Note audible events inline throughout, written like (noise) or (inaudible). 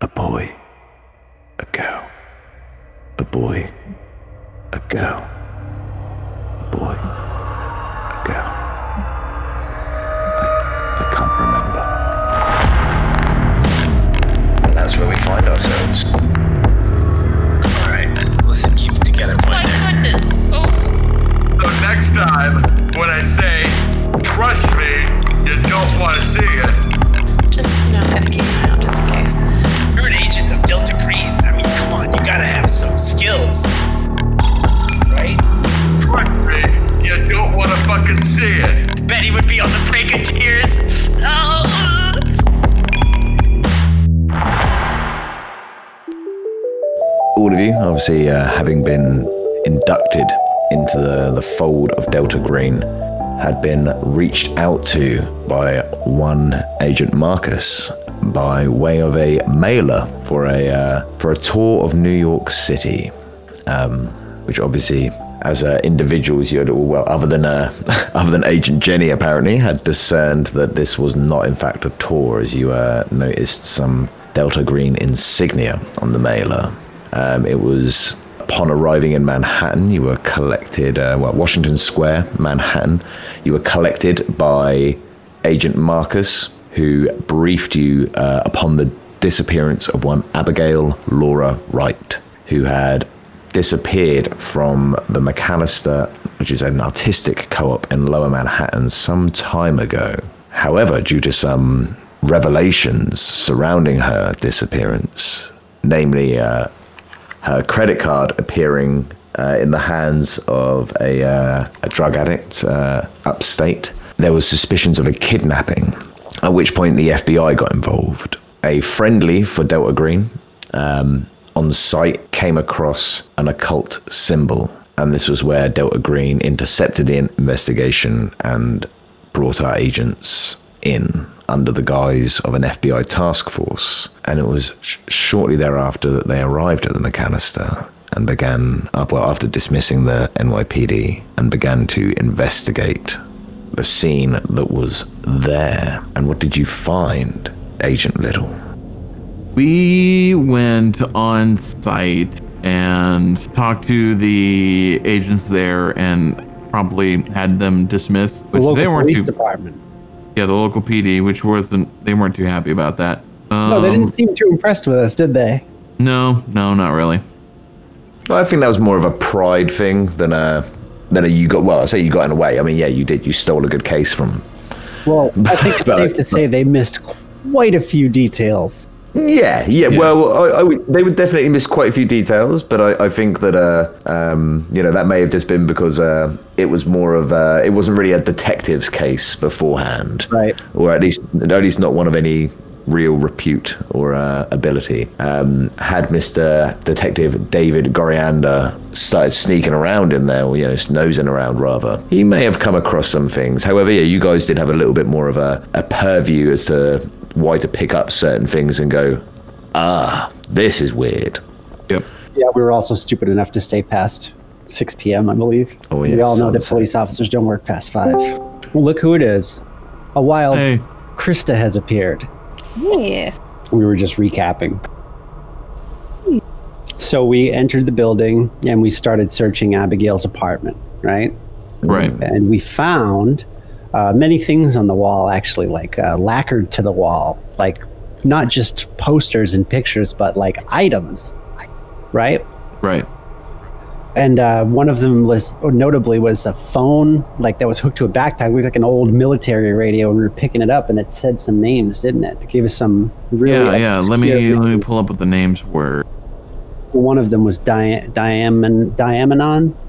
a boy, a girl, a boy, a girl, a boy, a girl. I, I can't remember. And that's where we find ourselves. Alright, listen, keep it together for My next. goodness. Oh, So next time, when I say, trust me, you don't want to see it, just, you know, gotta keep an eye out just in case. You're an agent of Delta Green. I mean, come on, you gotta have some skills. Right? trust me, you don't want to fucking see it. Betty would be on the Breaketeers. Oh, uh. all of you, obviously uh, having been inducted into the, the fold of Delta Green, had been reached out to by one agent Marcus by way of a mailer for a uh, for a tour of New York City, um, which obviously. As uh, individuals, you'd all well, other than uh, (laughs) other than Agent Jenny, apparently had discerned that this was not, in fact, a tour, as you uh, noticed some Delta Green insignia on the mailer. Um, it was upon arriving in Manhattan, you were collected, uh, well, Washington Square, Manhattan. You were collected by Agent Marcus, who briefed you uh, upon the disappearance of one Abigail Laura Wright, who had disappeared from the McAllister, which is an artistic co op in lower Manhattan, some time ago. However, due to some revelations surrounding her disappearance, namely uh, her credit card appearing uh, in the hands of a, uh, a drug addict uh, upstate. There was suspicions of a kidnapping, at which point the FBI got involved. A friendly for Delta Green um, on site came across an occult symbol, and this was where Delta Green intercepted the investigation and brought our agents in under the guise of an FBI task force. And it was sh- shortly thereafter that they arrived at the McAllister and began, uh, well, after dismissing the NYPD, and began to investigate the scene that was there. And what did you find, Agent Little? We went on site and talked to the agents there and promptly had them dismissed, The which local they weren't police too. department. Yeah, the local PD, which wasn't they weren't too happy about that. Um, No, they didn't seem too impressed with us, did they? no, no, not really. Well, I think that was more of a pride thing than a than a you got. Well, I say you got in a way. I mean, yeah, you did. You stole a good case from. (laughs) Well, I think it's But- safe to say they missed quite a few details. Yeah, yeah. Yeah. Well, I, I would, they would definitely miss quite a few details, but I, I think that uh, um, you know, that may have just been because uh, it was more of uh, it wasn't really a detective's case beforehand, Right. Or at least, at least not one of any real repute or uh, ability. Um, had Mister Detective David Goriander started sneaking around in there, or you know, snoozing around rather, he may have come across some things. However, yeah, you guys did have a little bit more of a, a purview as to why to pick up certain things and go, ah, this is weird. Yep. Yeah, we were also stupid enough to stay past 6 p.m., I believe. Oh, We yes, all know that sunset. police officers don't work past 5. Well, look who it is. A wild Hey, Krista has appeared. Yeah. We were just recapping. So we entered the building and we started searching Abigail's apartment, right? right. and we found uh, many things on the wall actually like uh, lacquered to the wall like not just posters and pictures but like items right Right. and uh, one of them was or notably was a phone like that was hooked to a backpack we like an old military radio and we were picking it up and it said some names didn't it it gave us some really Yeah, yeah. Let me obscure- let me pull up what the names were. one of them was Dia- Diamond Diamond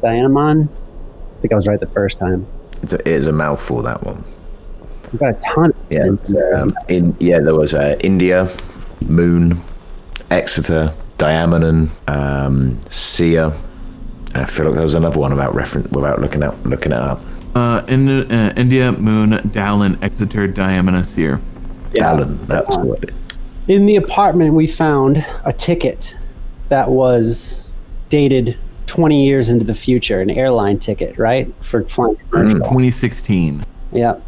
Diamond I think I was right the first time It's a, it is a mouthful that one. we got a ton of Yeah, names there. um, in yeah, there was uh, India, Moon, Exeter, Diamenon, um, Sia. I feel like there was another one about reference without looking out looking it up. Uh, in, uh, India, Moon, Dowlin, Exeter, Diamond, Asir. Yeah. Alan, that's what it. In the apartment, we found a ticket that was dated 20 years into the future, an airline ticket, right? For flying commercial. 2016. Yeah.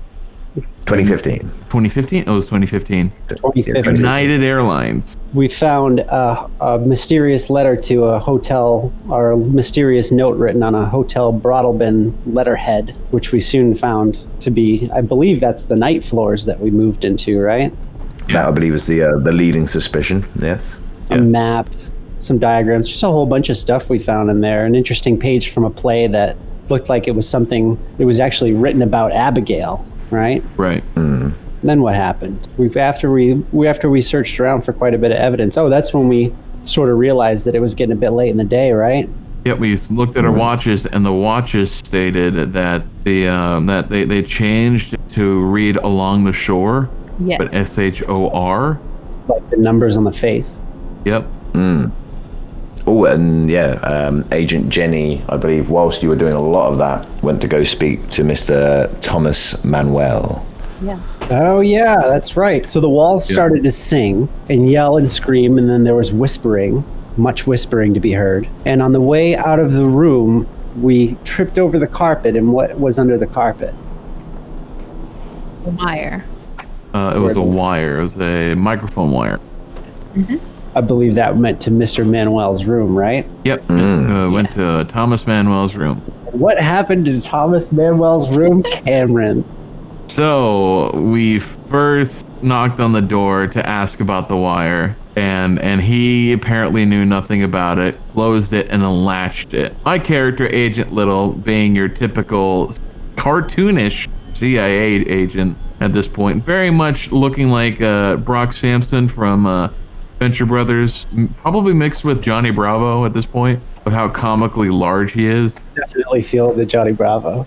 2015. 2015? Oh, it was 2015. 2015. United Airlines. We found uh, a mysterious letter to a hotel, or a mysterious note written on a hotel brothel bin letterhead, which we soon found to be, I believe that's the night floors that we moved into, right? That I believe is the uh, the leading suspicion. Yes. a map, some diagrams, just a whole bunch of stuff we found in there. An interesting page from a play that looked like it was something it was actually written about Abigail, right? Right. Then what happened? We've after we, we after we searched around for quite a bit of evidence. Oh, that's when we sort of realized that it was getting a bit late in the day, right? Yep, we s- looked at our watches, and the watches stated that the um, that they, they changed to read along the shore, Yes. but S H O R. Like the numbers on the face. Yep. Oh, and yeah, um, Agent Jenny, I believe, whilst you were doing a lot of that, went to go speak to Mr. Thomas Manuel. yeah. Oh yeah, that's right. So the walls started to sing and yell and scream, and then there was whispering, much whispering to be heard. And on the way out of the room, we tripped over the carpet and what was under the carpet. Wire. Uh, it was a wire. It was a microphone wire. I believe that went to Mr. Manuel's room, right? Yep. Uh, went to Thomas Manuel's room. What happened to Thomas (laughs) Manuel's room, Cameron? So we first knocked on the door to ask about the wire, and and he apparently knew nothing about it, closed it, and then latched it. My character, Agent Little, being your typical cartoonish CIA agent at this point, very much looking like uh, Brock Sampson from uh, Venture Brothers, m- probably mixed with Johnny Bravo at this point, of how comically large he is Definitely feel the Johnny Bravo.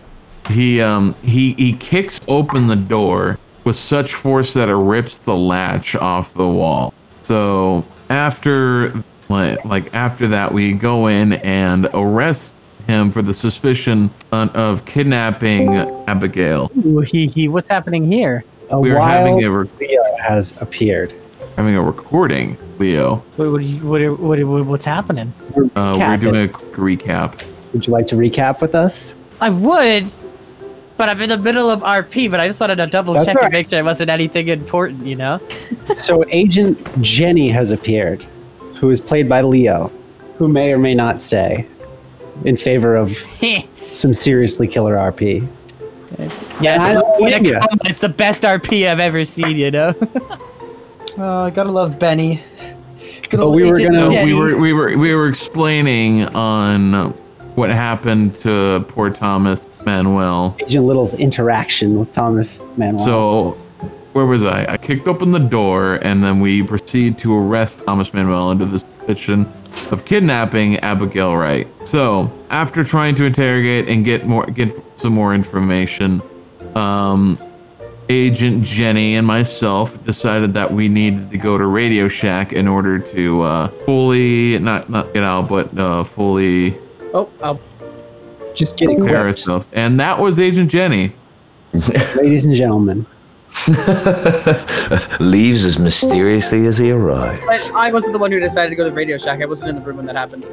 he um he he kicks open the door with such force that it rips the latch off the wall so after like like after that we go in and arrest him for the suspicion on, of kidnapping abigail Ooh, he, he, what's happening here? A we are having a, re- Leo has appeared. having a recording leo What, what, are you- what, are- what, are- what's happening? uh, we're Captain. doing a quick recap Would you like to recap with us? I would, but I'm in the middle of RP, but I just wanted to double That's check all and right. make sure it wasn't anything important, you know? (laughs) So Agent Jenny has appeared, who is played by Leo, who may or may not stay in favor of yeah, some seriously killer RP. I it's, don't blame ya. it's the best RP I've ever seen, you know? (laughs) Oh, I gotta love Benny. Good But old we were Agent gonna- Uh, Jenny. we were we were we were explaining on what happened to poor thomas manuel Agent Little's interaction with Thomas Manuel. So, where was I? I kicked open the door, and then we proceed to arrest Thomas Manuel under the suspicion of kidnapping Abigail Wright. So, after trying to interrogate and get more, get some more information, um, Agent Jenny and myself decided that we needed to go to Radio Shack in order to uh, fully, not not get out, but uh, fully oh, I'll just getting prepare quick, ourselves. And that was Agent Jenny. ladies and gentlemen. Leaves as mysteriously as he arrived. But I wasn't the one who decided to go to the Radio Shack. I wasn't in the room when that happened.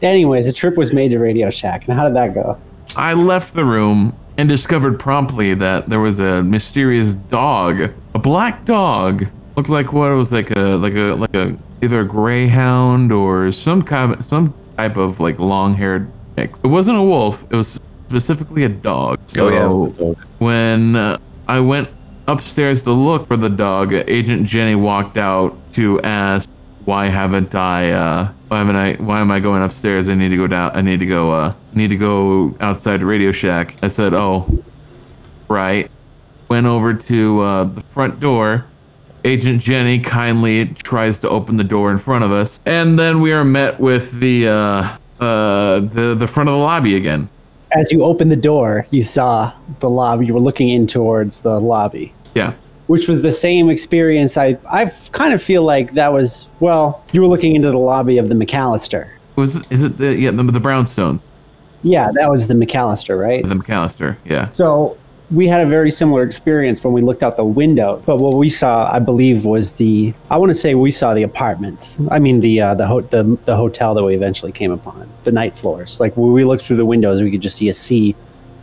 Anyways, a trip was made to Radio Shack, and how did that go? I left the room and discovered promptly that there was a mysterious dog, a black dog. Looked like what it was like a like a like a either a greyhound or some kind of, some type of like long-haired mix. It wasn't a wolf. It was specifically a dog. So when uh, I went upstairs to look for the dog, Agent Jenny walked out to ask, "Why haven't I? Uh, why haven't I? Why am I going upstairs? I need to go down. I need to go. Uh, I need to go outside Radio Shack." I said, "Oh, right." Went over to uh, the front door. Agent Jenny kindly tries to open the door in front of us, and then we are met with the uh, uh, the the front of the lobby again. As you opened the door, you saw the lobby. You were looking in towards the lobby. Yeah. which was the same experience. I I kind of feel like that was well, you were looking into the lobby of the McAllister. Was is it the yeah the, the brownstones? Yeah, that was the McAllister, right? The McAllister, yeah. So we had a very similar experience when we looked out the window. But what we saw, I believe, was the I want to say we saw the apartments. I mean the uh, the, ho- the the hotel that we eventually came upon, the night floors. Like when we looked through the windows, we could just see a sea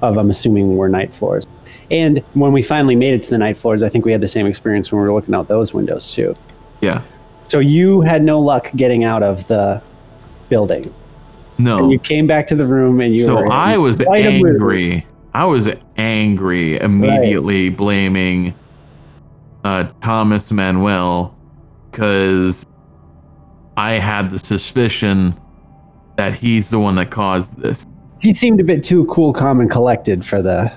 of I'm assuming were night floors. And when we finally made it to the night floors, I think we had the same experience when we were looking out those windows too. Yeah. So you had no luck getting out of the building. No. And you came back to the room and you Oh. so were in I was quite a mood. angry. I was angry immediately blaming uh, Thomas Manuel because I had the suspicion that he's the one that caused this. He seemed a bit too cool, calm, and collected for the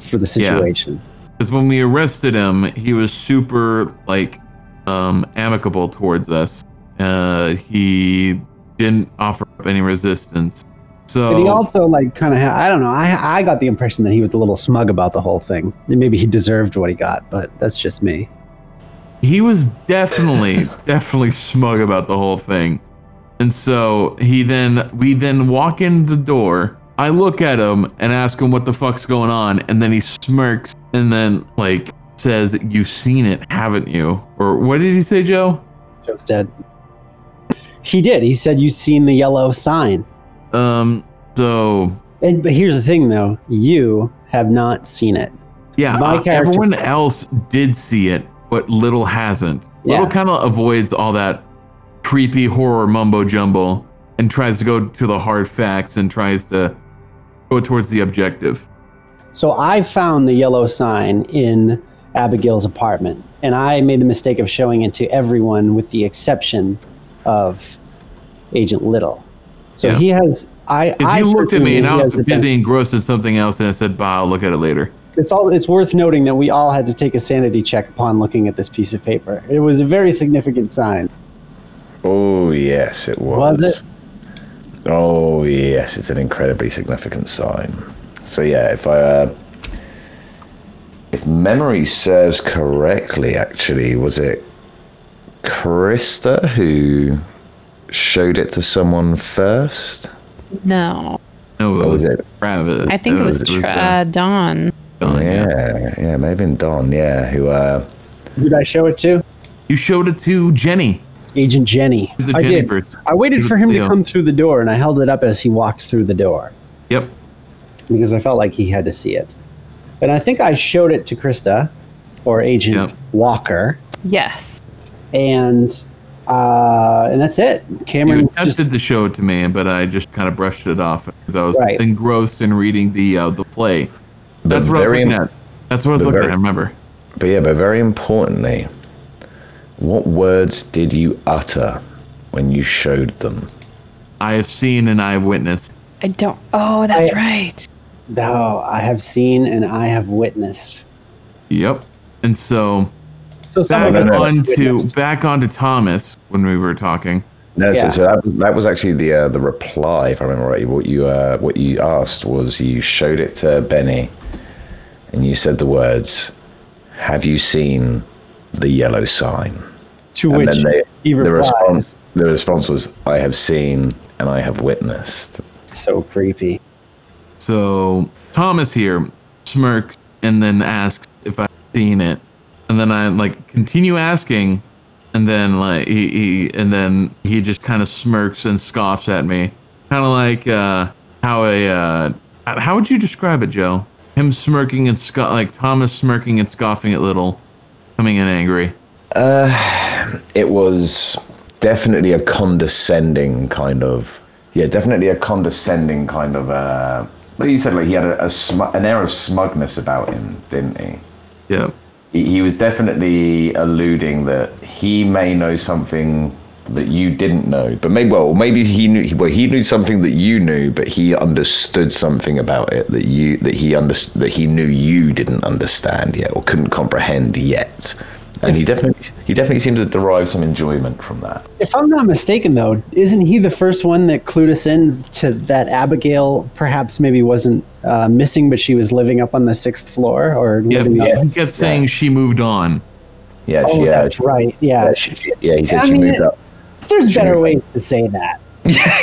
for the Yeah. situation. Because when we arrested him, he was super like um, amicable towards us. Uh, he didn't offer up any resistance. So But he also like kind of ha- I don't know I I got the impression that he was a little smug about the whole thing. And maybe he deserved what he got, but that's just me. he was definitely definitely smug about the whole thing and so he then we then walk in the door i look at him and ask him what the fuck's going on and then he smirks and then like says you've seen it haven't you or what did he say joe Joe's dead. He did. He said you seen the yellow sign. um so And but here's the thing though, you have not seen it. yeah My uh, character- everyone (laughs) else did see it but little hasn't little Yeah. kind of avoids all that creepy horror mumbo jumbo and tries to go to the hard facts and tries to go towards the objective. So I found the yellow sign in Abigail's apartment, and I made the mistake of showing it to everyone with the exception of Agent Little. So Yeah. he has. I, If I you looked at personally- me and I he was has the busy engrossed in something else, and I said, "Bah, I'll look at it later." It's all. It's worth noting that we all had to take a sanity check upon looking at this piece of paper. It was a very significant sign. Oh, yes, it was. Was it? Oh, yes, it's an incredibly significant sign. So, yeah, if I. Uh, if memory serves correctly, actually, was it Krista who showed it to someone first? No. No, it Or was was it? Travis. I think it was, uh, tra- uh, Dawn. Don, Oh, yeah. yeah, yeah, maybe Don, yeah, who. Uh, Who Did I show it to? You showed it to Jenny. Agent Jenny. It was a I Jenny did. person. I waited It for was him to Leo. come through the door, and I held it up as he walked through the door. Yep. because I felt like he had to see it. And I think I showed it to Krista or Agent Yep. Walker, Yes. and uh, and that's it. You Cameron just attempted to show it to me, but I just kind of brushed it off because I was Right. engrossed in reading the uh, the play. That's what I was very looking im- at. That's what I was the looking very- at. I remember. But yeah, but very importantly, what words did you utter when you showed them? I have seen and I have witnessed. I don't. Oh, that's I- right. thou oh, I have seen and I have witnessed. Yep. And so So some back of us have onto witnessed. back onto Thomas when we were talking. No, Yeah. so, so that was that was actually the uh, the reply, if I remember rightly. What you uh, what you asked was you showed it to Benny, and you said the words, "Have you seen the yellow sign?" to And which then they, he the replies, response the response was, "I have seen and I have witnessed." "So creepy." So Thomas here smirks and then asks if I've seen it, and then I like continue asking, and then like he, he and then he just kind of smirks and scoffs at me, kind of like uh, how a uh, how would you describe it, Joe? Him smirking and sco- like Thomas smirking and scoffing at little, coming in angry. it was definitely a condescending kind of yeah definitely a condescending kind of uh like you said like he had a, a sm- an air of smugness about him didn't he? Yeah, he he was definitely alluding that he may know something that you didn't know but maybe well maybe he knew well he knew something that you knew but he understood something about it that you that he under, that he knew you didn't understand yet or couldn't comprehend yet and he definitely he definitely seemed to derive some enjoyment from that If I'm not mistaken, though, isn't he the first one that clued us in to that Abigail perhaps maybe wasn't uh, missing, but she was living up on the sixth floor or yeah. living up? He kept saying she moved on. yeah Oh, she, yeah, that's right. Yeah, yeah, she- she- yeah he said I she mean, moved it- up (laughs) There's Sure. better ways to say that.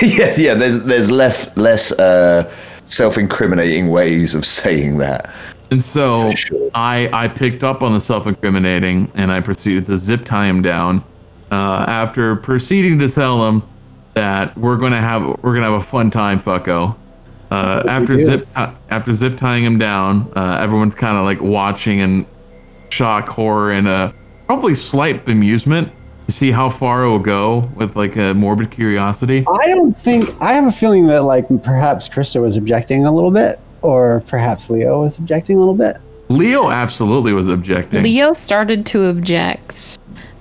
yeah yeah there's there's less less uh self-incriminating ways of saying that (laughs) And so For sure. I I picked up on the self-incriminating and I proceeded to zip tie him down. Uh, after proceeding to tell him that we're gonna have we're gonna have a fun time, fucko, Uh, after do? zip ti- after zip tying him down, uh, everyone's kind of like watching in shock, horror, and uh, probably slight bemusement to see how far it will go with like a morbid curiosity. I don't think I have a feeling that like perhaps Krista was objecting a little bit, or perhaps Leo was objecting a little bit. Leo absolutely was objecting. Leo started to object,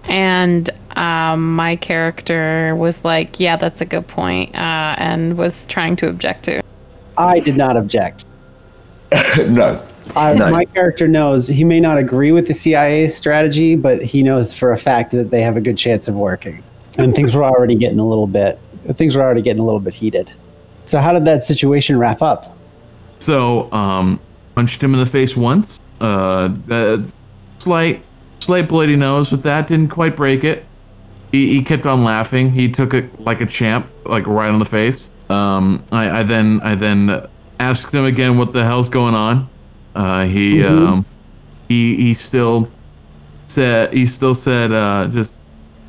and um, my character was like, "Yeah, that's a good point," uh, and was trying to object to. I did not object. no. I, No. My character knows he may not agree with the CIA's strategy, but he knows for a fact that they have a good chance of working. And things were already getting a little bit things were already getting a little bit heated. So how did that situation wrap up? So, um, punched him in the face once. Uh, the slight, slight bloody nose, but that didn't quite break it. He, he kept on laughing. He took it like a champ, like right on the face. Um, I, I then, I then asked him again, what the hell's going on? Uh, he, um, he, he still said, he still said, uh, just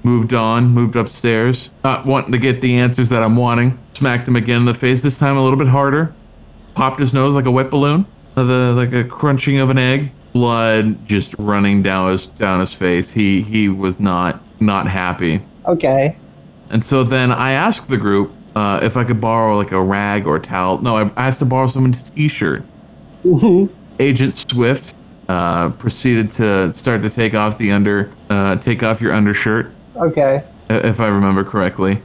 moved on, moved upstairs, not wanting to get the answers that I'm wanting. Smacked him again in the face. This time a little bit harder popped his nose like a wet balloon, uh, the like a crunching of an egg, blood just running down his down his face. He he was not not happy. Okay. And so then I asked the group uh, if I could borrow like a rag or a towel. No, I asked to borrow someone's t-shirt. Agent Swift uh, proceeded to start to take off the under uh, take off your undershirt, Okay. i- if I remember correctly.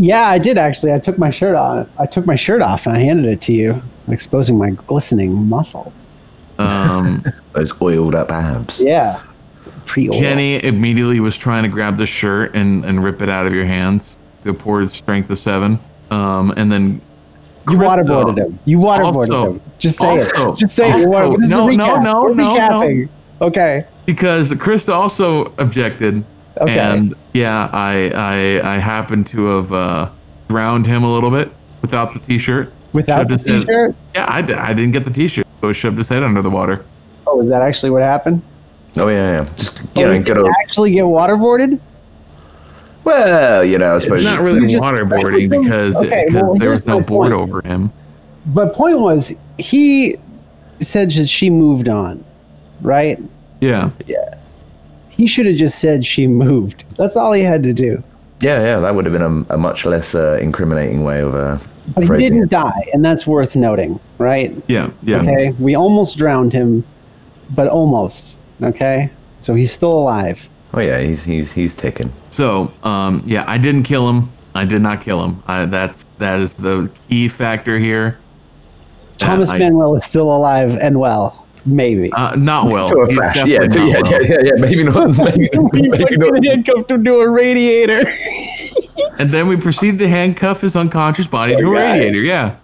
Yeah, I did actually. I took my shirt on. I took my shirt off and I handed it to you, exposing my glistening muscles. Um, Those oiled up abs. Yeah. Pre Jenny immediately was trying to grab the shirt and, and rip it out of your hands. The poor strength of seven. Um, and then You Krista- waterboarded him. You waterboarded Also- him. Just say also- it. Just say it. You water- also- this no, is a no, recap. no, We're no, no. recapping. Okay. because Krista also objected. Okay. And yeah, I I I happened to have uh, drowned him a little bit without the t-shirt. Without the Shoved his head- t-shirt. Yeah, I, d- I didn't get the t-shirt, so I shoved his head under the water. Oh, is that actually what happened? Oh yeah, yeah. Just you Oh, know, we good didn't old. actually get waterboarded? Well, you know, I suppose It's not you could really say- waterboarding because Okay, because well, there here's was no my board point. over him. But point was, he said that she moved on, right? Yeah. He should have just said she moved. That's all he had to do. Yeah, yeah, that would have been a, a much less uh, incriminating way of uh, But he phrasing didn't it. die, and that's worth noting, right? Yeah. Yeah. Okay. We almost drowned him, but almost. Okay. So he's still alive. Oh yeah, he's he's he's ticking. So, um, yeah, I didn't kill him. I did not kill him. I, that's that is the key factor here. That Thomas I- Manuel is still alive and well. Maybe. (laughs) Uh, not well. to a He's fact. Yeah, definitely to- yeah, not yeah, well. yeah, yeah. Maybe not. Maybe, (laughs) maybe not. handcuffed him to a radiator. (laughs) And then we proceeded to handcuff his unconscious body to a God. radiator. Yeah,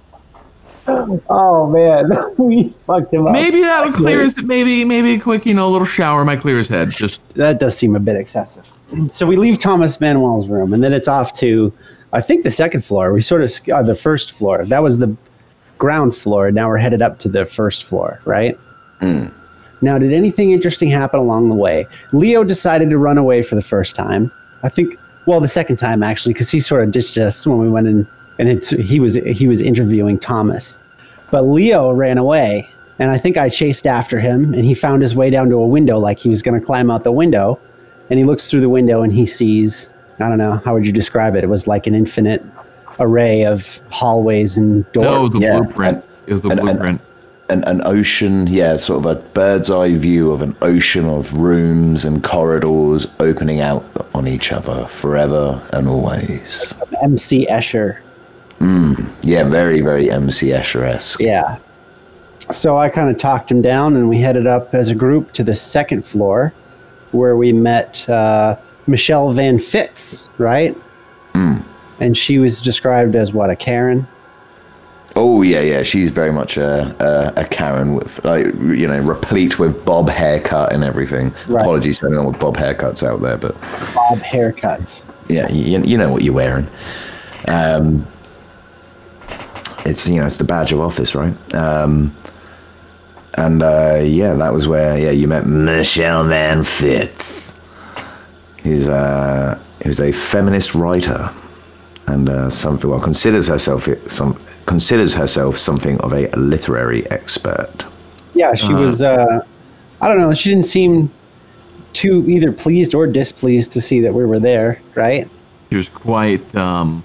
oh man, (laughs) we fucked him up. maybe that'll clear his. Maybe maybe a quick you know little shower might clear his head. Just that does seem a bit excessive. (clears throat) So we leave Thomas Manuel's room, and then it's off to, I think, the second floor. We sort of sk- uh, the first floor. That was the ground floor. Now we're headed up to the first floor, right? Now, did anything interesting happen along the way? Leo decided to run away for the first time. I think, well, the second time actually, because he sort of ditched us when we went in, and it's he was he was interviewing Thomas. But Leo ran away, and I think I chased after him, and he found his way down to a window like he was going to climb out the window. And he looks through the window and he sees I don't know, how would you describe it? It was like an infinite array of hallways and doors. no, it was the yeah. blueprint. It was the And- and- blueprint. An, an ocean, yeah, sort of a bird's eye view of an ocean of rooms and corridors opening out on each other forever and always. MC Escher. Yeah, very, very MC Escher esque. Yeah. So I kind of talked him down, and we headed up as a group to the second floor, where we met uh, Michelle Van Fitz, right? And she was described as what a Karen. Oh yeah, yeah. She's very much a, a a Karen with like you know replete with bob haircut and everything. Right. Apologies to anyone with bob haircuts out there, but Bob haircuts. yeah, you, you know what you're wearing. Um, it's you know it's the badge of office, right? Um, and uh, yeah, that was where yeah you met Michelle Van Fitz. He's uh, he was a feminist writer and uh, something well considers herself some considers herself something of a literary expert. Yeah, she was. Uh, I don't know. She didn't seem too either pleased or displeased to see that we were there, right? She was quite um,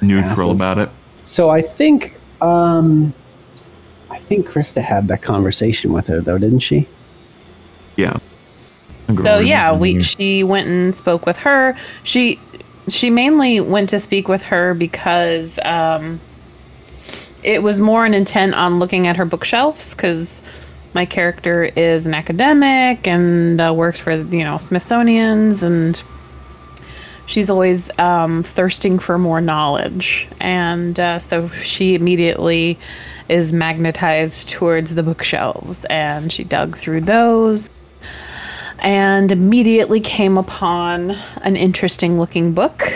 neutral about it. So I think, um, I think Krista had that conversation with her, though, didn't she? Yeah. So yeah, we she went and spoke with her. She she mainly went to speak with her because um, it was more an intent on looking at her bookshelves because my character is an academic and uh, works for you know Smithsonian's and she's always um, thirsting for more knowledge and uh, so she immediately is magnetized towards the bookshelves and she dug through those and immediately came upon an interesting looking book.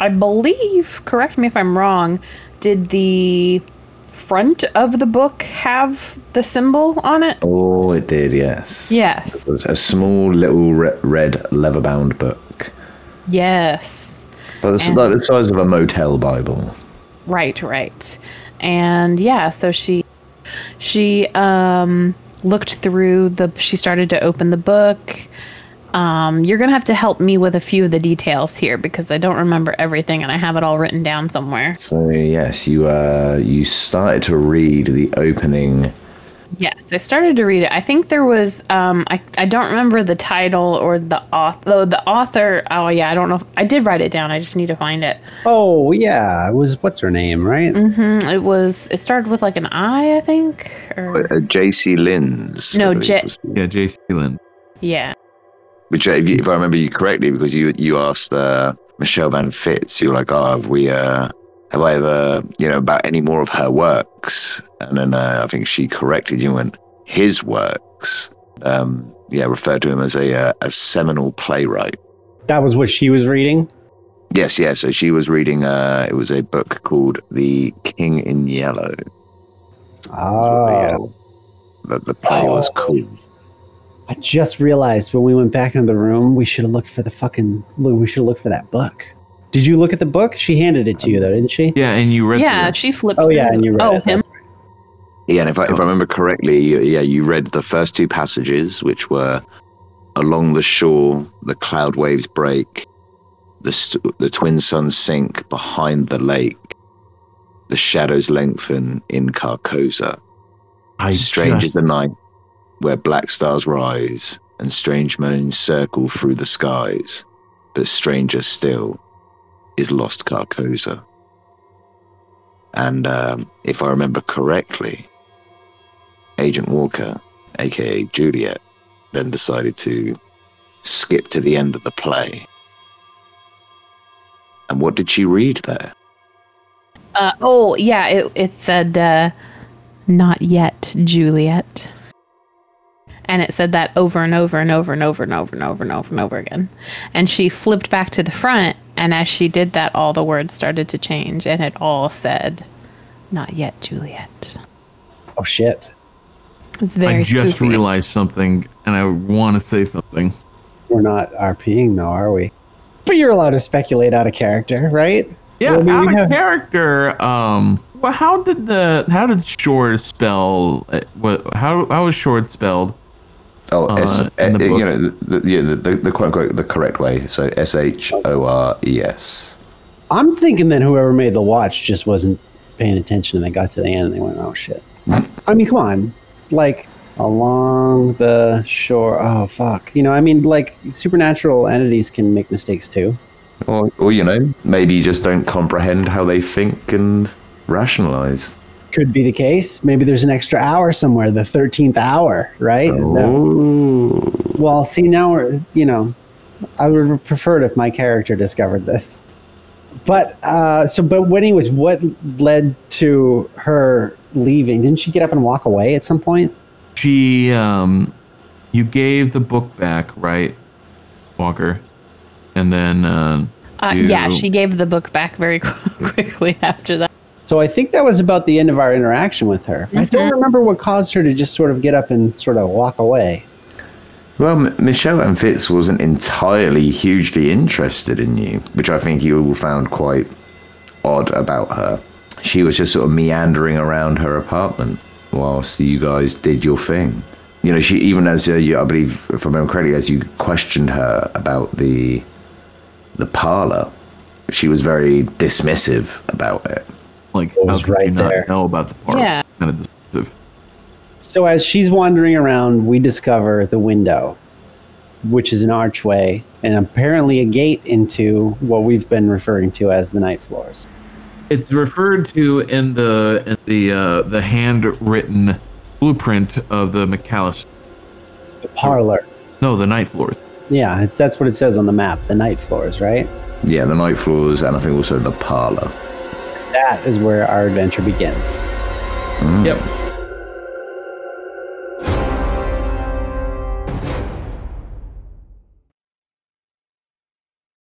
I believe, correct me if I'm wrong, did the front of the book have the symbol on it? Oh, it did, yes. Yes. It was a small little re- red leather-bound book, Yes. but it's And- like the size of a motel Bible. Right, right. And yeah, so she she um looked through the she started to open the book. Um you're going to have to help me with a few of the details here because I don't remember everything and I have it all written down somewhere. So yes, you uh, you started to read the opening. Yes, I started to read it. I think there was um I, I don't remember the title or the author though the author oh yeah, I don't know. If, I did write it down. I just need to find it. Oh yeah, it was what's her name, right? Mhm. It was it started with like an I, I think or Oh, Uh, JC Lynn's. No, I believe J- was- Yeah, J.C. Lynn. yeah. Which, uh, if, you, if I remember you correctly, because you you asked uh, Michelle Van Fitz, you were like, "Oh, have we? Uh, have I ever, you know, about any more of her works?" And then uh, I think she corrected you and went, "His works." Um, yeah, referred to him as a uh, a seminal playwright. That was what she was reading. Yes, yeah. So she was reading. Uh, it was a book called The King in Yellow. Oh, uh, That the play was called. I just realized when we went back into the room, we should have looked for the fucking. We should have looked for that book. Did you look at the book? She handed it to you though, didn't she? Yeah, and you read Yeah, through it. she flipped Oh through yeah, the- and you read Oh, it. him. Yeah, and if I, if I remember correctly, you, yeah, you read the first two passages, which were along the shore, the cloud waves break, the st- the twin suns sink behind the lake, the shadows lengthen in Carcosa. I strange is just- the night where black stars rise and strange moons circle through the skies, but stranger still is lost Carcosa. And um, if I remember correctly, Agent Walker, aka Juliet, then decided to skip to the end of the play. And what did she read there? Uh, oh yeah, it it said uh, not yet, Juliet. And it said that over and over and over and over and over and over and over and over again. And she flipped back to the front, and as she did that, all the words started to change, and it all said, "Not yet, Juliet." Oh shit! It was very. I just spooky. realized something, and I want to say something. We're not RPing though, are we? But you're allowed to speculate out of character, right? Yeah, Well, I mean, out we of have- character. Um, well, how did the how did Short spell? uh, What how how was Short spelled? Oh, Uh, S- in the eh, book. you know, the, the, yeah, the, the, the quote unquote the correct way. So S H O R E S. I'm thinking that whoever made the watch just wasn't paying attention and they got to the end and they went, oh shit. I mean, come on. Like, along the shore. Oh, fuck. You know, I mean, like, supernatural entities can make mistakes too. Or, or you know, maybe you just don't comprehend how they think and rationalize. Could be the case. Maybe there's an extra hour somewhere, the 13th hour, right? Is that- Oh, well, see, now we're, you know, I would have preferred if my character discovered this. But, uh, so, but anyways, what led to her leaving? Didn't she get up and walk away at some point? She um, you gave the book back, right, Walker, and then uh, Uh, you- yeah, she gave the book back very (laughs) quickly after that. So I think that was about the end of our interaction with her. But I don't remember what caused her to just sort of get up and sort of walk away. well, M- Michelle and Fitz wasn't entirely hugely interested in you, which I think you all found quite odd about her. She was just sort of meandering around her apartment whilst you guys did your thing. You know, she even as uh, you, I believe, if I remember correctly, as you questioned her about the the parlor, she was very dismissive about it. Like, It was how could right you not there. know about the park? Yeah. Kind of deceptive. So as she's wandering around, we discover the window, which is an archway and apparently a gate into what we've been referring to as the night floors. It's referred to in the in the uh, the handwritten blueprint of the McAllister. The parlor. No, the night floors. Yeah, it's, that's what it says on the map, the night floors, right? Yeah, the night floors, and I think also the parlor. That is where our adventure begins. Yep.